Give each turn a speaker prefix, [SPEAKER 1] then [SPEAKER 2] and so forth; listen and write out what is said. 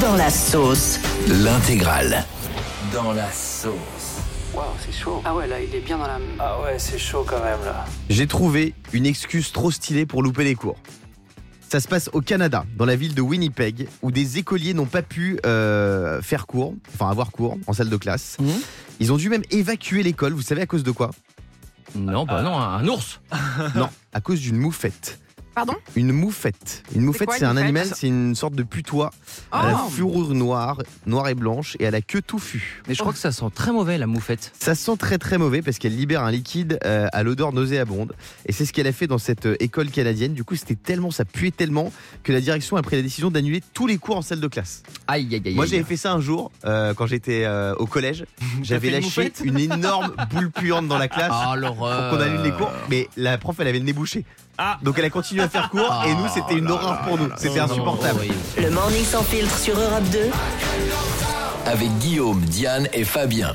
[SPEAKER 1] Dans la sauce.
[SPEAKER 2] L'intégrale. Dans la sauce.
[SPEAKER 3] Waouh, c'est chaud.
[SPEAKER 4] Ah ouais, là, il est bien dans la.
[SPEAKER 3] Ah ouais, c'est chaud quand même là.
[SPEAKER 5] J'ai trouvé une excuse trop stylée pour louper les cours. Ça se passe au Canada, dans la ville de Winnipeg, où des écoliers n'ont pas pu euh, faire cours, enfin avoir cours en salle de classe.
[SPEAKER 6] Mhm.
[SPEAKER 5] Ils ont dû même évacuer l'école, vous savez à cause de quoi
[SPEAKER 6] Non, bah non, un un ours.
[SPEAKER 5] Non, à cause d'une moufette.
[SPEAKER 7] Pardon
[SPEAKER 5] Une moufette. Une moufette,
[SPEAKER 7] quoi, une
[SPEAKER 5] c'est un
[SPEAKER 7] moufette
[SPEAKER 5] animal, c'est une sorte de putois à la
[SPEAKER 7] Oh.
[SPEAKER 5] fourrure noire, noire et blanche, et à la queue touffue.
[SPEAKER 6] Mais je crois que ça sent très mauvais la moufette.
[SPEAKER 5] Ça sent très très mauvais parce qu'elle libère un liquide euh, à l'odeur nauséabonde. Et c'est ce qu'elle a fait dans cette euh, école canadienne. Du coup, c'était tellement, ça puait tellement que la direction a pris la décision d'annuler tous les cours en salle de classe.
[SPEAKER 6] Aïe, aïe, aïe.
[SPEAKER 5] Moi,
[SPEAKER 6] aïe.
[SPEAKER 5] j'avais fait ça un jour euh, quand j'étais euh, au collège. J'avais
[SPEAKER 6] fait une
[SPEAKER 5] lâché
[SPEAKER 6] moufette
[SPEAKER 5] une énorme boule puante dans la classe.
[SPEAKER 6] Ah,
[SPEAKER 5] pour
[SPEAKER 6] l'horreur.
[SPEAKER 5] qu'on annule les cours, mais la prof elle avait le nez bouché.
[SPEAKER 6] Ah.
[SPEAKER 5] Donc elle a continué à faire cours et nous c'était une horreur pour nous, c'était insupportable.
[SPEAKER 6] Oh, oui.
[SPEAKER 1] Le morning sans filtre sur Europe 2.
[SPEAKER 2] Avec Guillaume, Diane et Fabien.